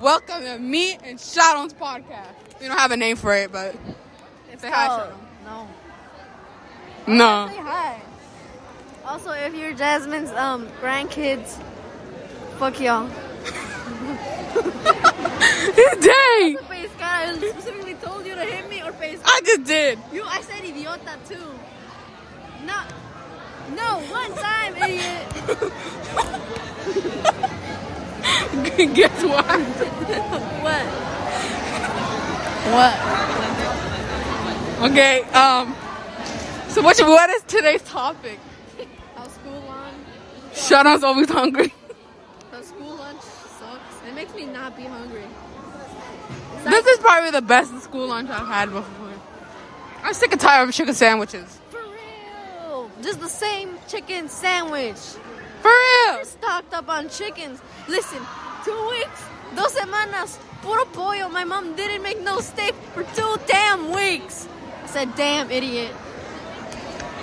welcome to me and Shadow's podcast. We don't have a name for it, but It's Say hi, called- Shannon. No. no. Say hi. Also, if you're Jasmine's um grandkids, fuck y'all. Dang! Face God, I specifically told you to hit me or face. I just did. You, I said idiota too. No, no, one time, idiot. Guess what? What? What? Okay. Um. So what? What is today's topic? How school lunch? Shadow's always hungry. How school lunch sucks. It makes me not be hungry. This is probably the best school lunch I've had before. I'm sick and tired of chicken sandwiches. For real. Just the same chicken sandwich. For real. stocked up on chickens. Listen, two weeks, dos semanas, puro pollo. My mom didn't make no steak for two damn weeks. I said, damn idiot.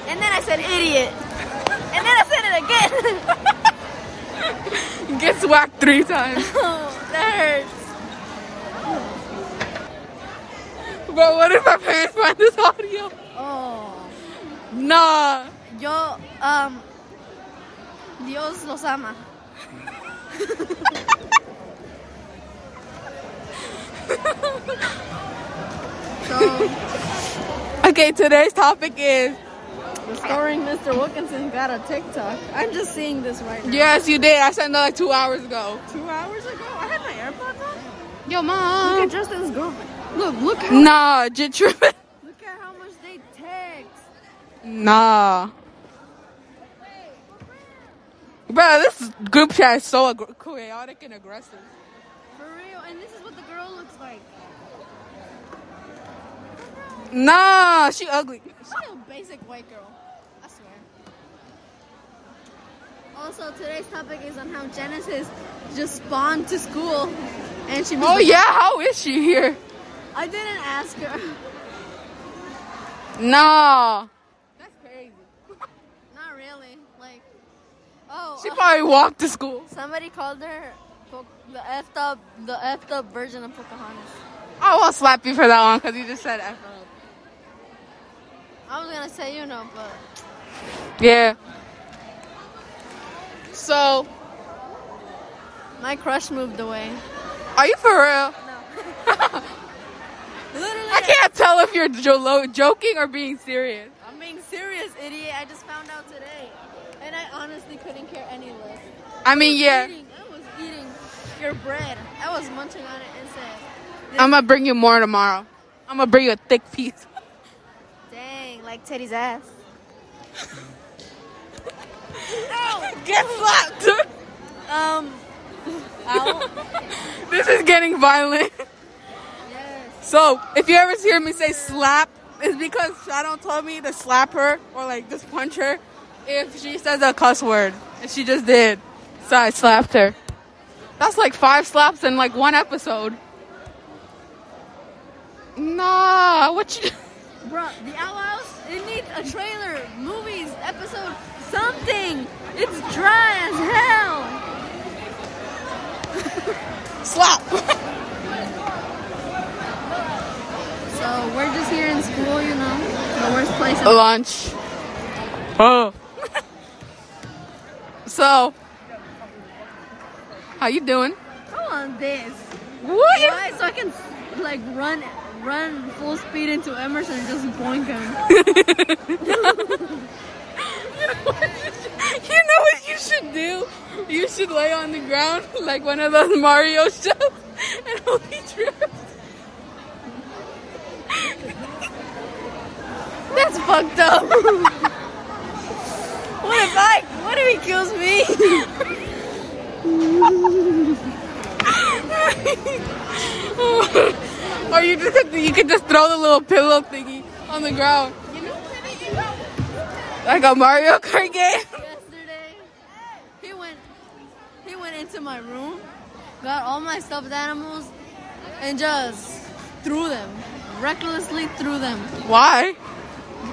And then I said, idiot. And then I said it again. Gets whacked three times. oh, that hurts. But what if my parents find this audio? Oh. Nah. Yo, um, Dios los ama. so. Okay. Today's topic is Restoring Mr. Wilkinson got a TikTok. I'm just seeing this right now. yes, you did. I sent that like two hours ago. Two hours ago, I had my AirPods on. Yo, Look mom. at Justin's girlfriend. Look, look. Nah, j tripping. Look at how much they text. Nah. Bro, this group chat is so ag- chaotic and aggressive. For real, and this is what the girl looks like. Nah, she ugly. She's a basic white girl. I swear. Also, today's topic is on how Genesis just spawned to school, and she. was Oh like- yeah, how is she here? I didn't ask her. Nah. That's crazy. Not really. Like, oh. She uh, probably walked to school. Somebody called her po- the effed up, the effed up version of Pocahontas. I will slap you for that one because you just said F. I was gonna say you know, but Yeah. So, my crush moved away. are you for real? Literally, I can't tell if you're jo- lo- joking or being serious. I'm being serious, idiot. I just found out today, and I honestly couldn't care any less. I mean, yeah. Eating, I was eating your bread. I was munching on it and said, I'm gonna bring you more tomorrow. I'm gonna bring you a thick piece. "Dang, like Teddy's ass." Get slapped. Um. Ow. this is getting violent. yes. So if you ever hear me say slap, it's because Shadow told me to slap her or like just punch her if she says a cuss word, and she just did. So I slapped her. That's like five slaps in like one episode. Nah, what you? Bro, the Owl House, it needs a trailer, movies, episode, something. It's dry as hell. Slap. So we're just here in school, you know, the worst place. in- Lunch. Oh. so, how you doing? Come on, this. What? is- Why? So I can like run, run full speed into Emerson and just boink him. You know what you should do? You should lay on the ground like one of those Mario shows and hope he trips. That's fucked up. what if I? What if he kills me? or you just have to- you could just throw the little pillow thingy on the ground. You know, Timmy, you know. Like a Mario Kart game. yesterday. He went he went into my room, got all my stuffed animals, and just threw them. Recklessly threw them. Why?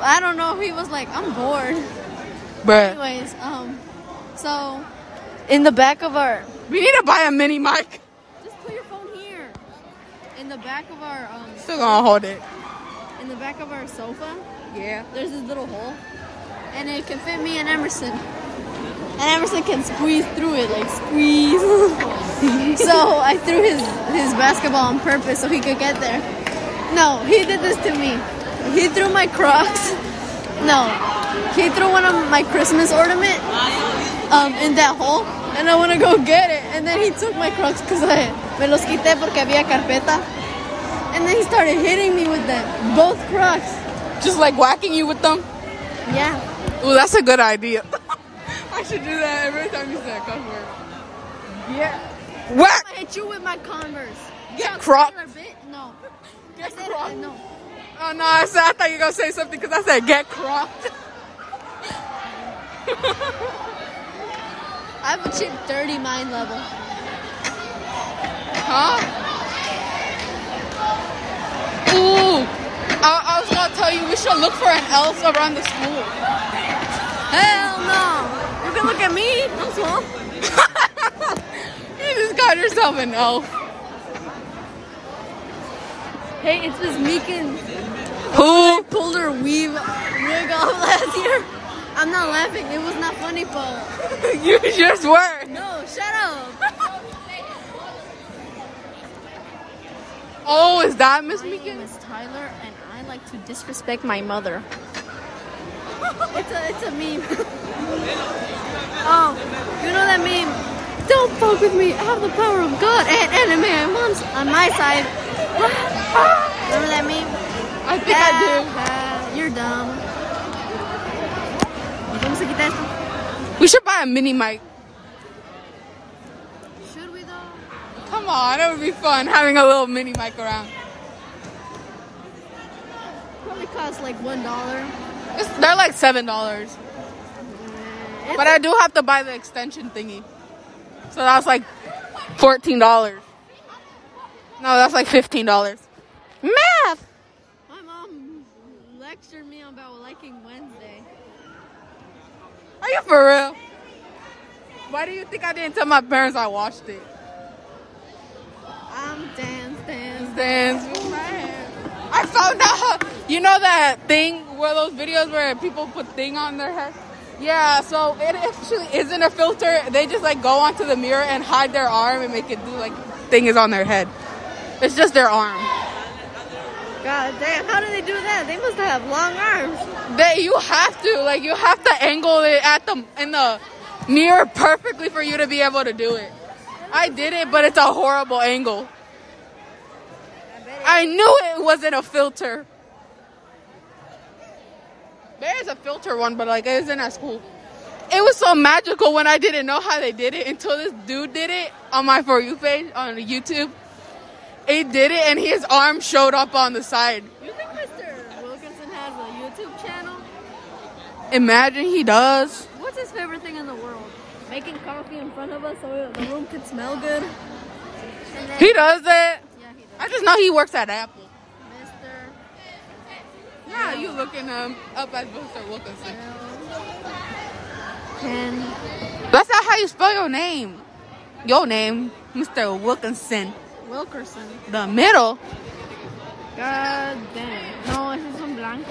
I don't know if he was like, I'm bored. Bruh. Anyways, um so in the back of our We need to buy a mini mic. just put your phone here. the back of our um, Still gonna hold it. in the back of our sofa, Yeah. there's this little hole, and it can fit me and Emerson. And Emerson can squeeze through it, like squeeze. so I threw his his basketball on purpose so he could get there. No, he did this to me. He threw my Crocs. No, he threw one of my Christmas ornament um, in that hole, and I want to go get it. And then he took my Crocs because I me los quité porque había carpeta. And then he started hitting me with them, both Crocs. Just like whacking you with them. Yeah. Ooh, that's a good idea. I should do that every time you say a cuss word. Yeah. Whack! I hit you with Oh my Converse. Get Chuck Croc. Taylor, bit- No. I Get said Croc. it, no. Oh no, I, said, I thought you were gonna say something because I said get cropped. I've achieved 30 mind level. Huh? Ooh. I, I was gonna tell you we should look for an elf around the school. Hell no. You can look at me. I'm small. You just got yourself an elf. Hey, it's this Meekin Who? pulled her weave wig off last year. I'm not laughing. It was not funny, Paul. you just were. No, shut up. Oh, is that Miss My name Meekin? is Tyler, and I like to disrespect my mother. it's a it's a meme. oh, you know that meme? Don't fuck with me. I have the power of God and anime and moms on my side. Remember that meme? I think I Ah, You're dumb. Vamos a quitar esto. do. We should buy a mini mic. Should we though? Come on, it would be fun having a little mini mic around. Probably cost like one dollar. It's, they're like seven dollars, but I do have to buy the extension thingy. So that's like fourteen dollars. No, that's like fifteen dollars. Math. My mom lectured me about liking Wednesday. Are you for real? Why do you think I didn't tell my parents I watched it? I'm Um, dance, dance. Dance with my hands. I found out. You know that thing where those videos where people put thing on their head. Yeah, so it actually isn't a filter. They just like go onto the mirror and hide their arm and make it do like thing is on their head. It's just their arm. God damn, how do they do that? They must have long arms. That you have to like you have to angle it at the in the mirror perfectly for you to be able to do it. I did it, but it's a horrible angle. I knew it wasn't a filter. There is a filter one, but like it isn't as cool. It was so magical when I didn't know how they did it until this dude did it on my for you page on YouTube. He did it, and his arm showed up on the side. You think Mr. Wilkinson has a YouTube channel? Imagine he does. What's his favorite thing in the world? Making coffee in front of us so the room could smell good. And then, He does it. yeah, he does. I just know he works at Apple. Mr. Yeah, you looking um, up at Buster Wilkinson. Ken. That's not how you spell your name. Your name, Mr. Wilkinson. Wilkerson. The middle. God damn. No, it's un blanco.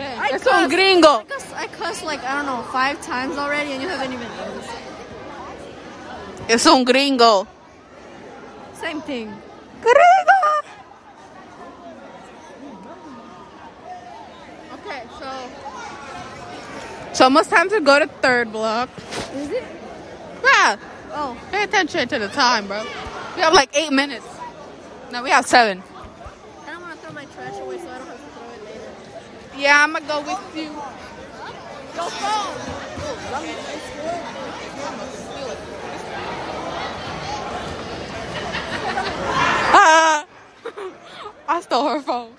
I That's un cuss. gringo. I cuss, I cuss like, I don't know, five times already and you haven't even noticed. Es un gringo. Same thing. Gringo. Okay, so. It's almost time to go to third block. Is it? Yeah, Oh. pay attention to the time, bro. We have like eight minutes. No, we have seven. I don't want to throw my trash away, so I don't have to throw it later. Yeah, I'm gonna go with you. Your phone. Ah! I stole her phone.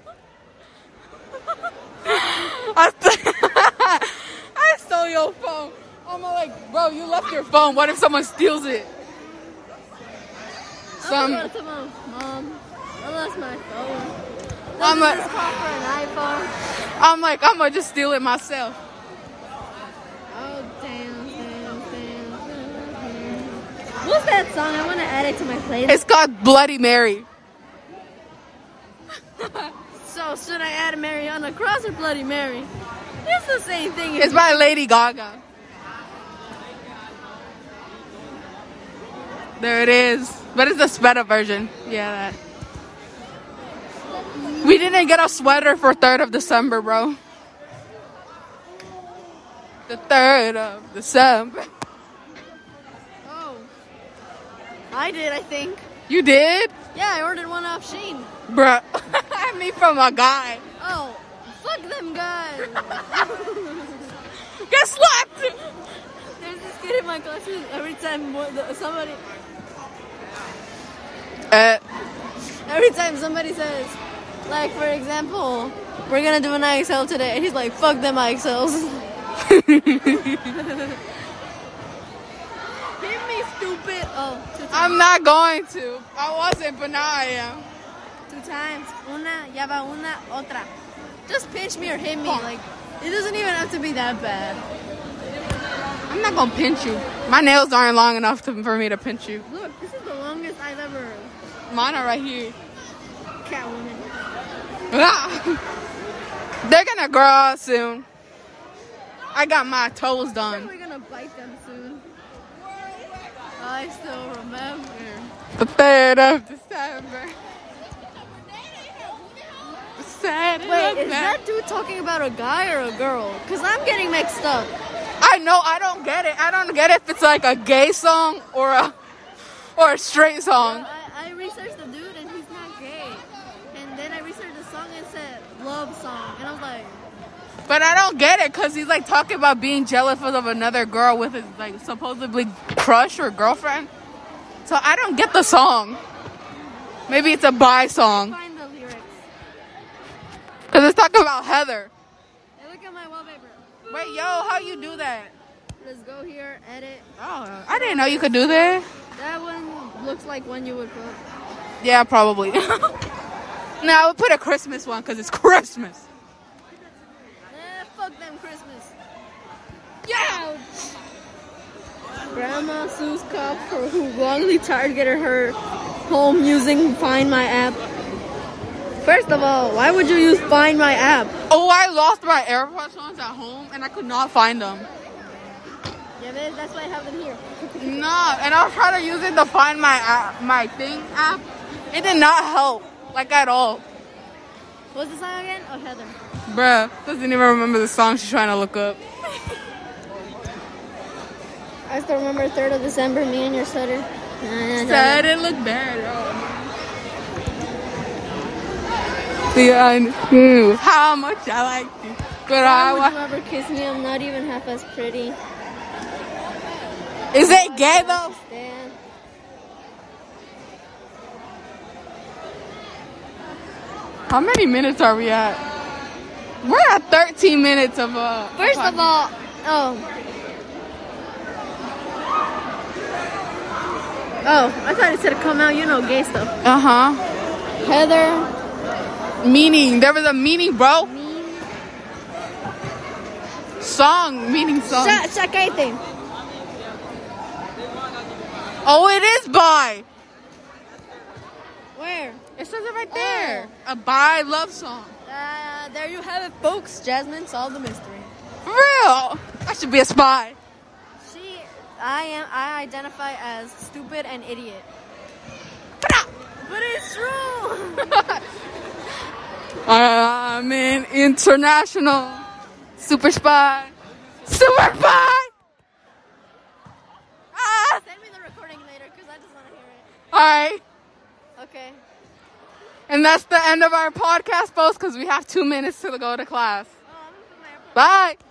I, st- I stole your phone. I'm all like, bro, you left your phone. What if someone steals it? I'm Some, gonna tell my mom. I lost my phone. I'm Doesn't a- this call for an iPhone. I'm like, I'm gonna just steal it myself. Oh damn, damn, damn, damn. What's that song? I want to add it to my playlist. It's called Bloody Mary. so should I add Mariana Cross or Bloody Mary? It's the same thing. It's by Lady Gaga. There it is. But it's the sweater version. Yeah, that. We didn't get a sweater for 3rd of December, bro. The 3rd of December. oh, I did. I think. You did? Yeah, I ordered one off Sheen. Bruh. I mean, from a guy. Oh, fuck them guys. Get slapped! There's this kid in my classroom. Every time one- the- somebody, Uh, every time somebody says, like for example, we're gonna do an IXL today, and he's like, fuck them IXLs. Hit me, stupid. Oh, two times. I'm not going to. I wasn't, but now I am. Two times. Una, ya va una, otra. Just pinch me or hit me. Like, it doesn't even have to be that bad. I'm not gonna pinch you. My nails aren't long enough to, for me to pinch you. Look, this is the longest I've ever Mine are right here. catwoman. Ah. They're gonna grow out soon. I got my toes done. We're gonna bite them soon. I still remember. The third of December. The third Wait, of is that dude talking about a guy or a girl? Cause I'm getting mixed up. I know I don't get it. I don't get if it's like a gay song or a or a straight song. I, I researched the dude and he's not gay. And then I researched the song and it said love song, and I was like, But I don't get it because he's like talking about being jealous of another girl with his like supposedly crush or girlfriend. So I don't get the song. Maybe it's a bi song find the lyrics. because it's talking about Heather. And look at my wallpaper. Wait, yo, how you do that? Let's go here, edit. Oh, I didn't know you could do that. That one looks like one you would put. Yeah, probably. no, I would put a Christmas one because it's Christmas. Eh, fuck them Christmas. Yeah. Grandma sues cop for who wrongly targeted her home using Find My app. First of all, why would you use Find My app? Oh, I lost my AirPods ones at home and I could not find them. Yeah, man, that's why I have them here. No, and I was trying to use it to find my app, my thing app. It did not help, like at all. What's the song again? Oh, Heather. Bruh, doesn't even remember the song she's trying to look up. I still remember 3rd of December, me and your sweater. Said it looked bad. Yeah, I knew uh, mm, how much I liked you, but I Why would wa- you ever kiss me? I'm not even half as pretty. is it gay though? Damn. How many minutes are we at? We're at 13 minutes of uh. First of all, oh. Oh, I thought it said come out, you know, gay stuff. Uh huh. Heather, Meaning there was a meaning, bro. Mean. Song meaning song. Sa- Sakaite. Oh, it is by. Where? It says it right there. A bi love song. Uh, there you have it, folks. Jasmine solved the mystery. For real. I should be a spy. She, I am, I identify as stupid and idiot. But it's true. I'm an international super spy. Super spy. Ah. Send me the recording later, cause I just want to hear All right. it. Okay. And that's the end of our podcast, folks, because we have two minutes to go to class. Oh, I'm gonna put my AirPods. Bye.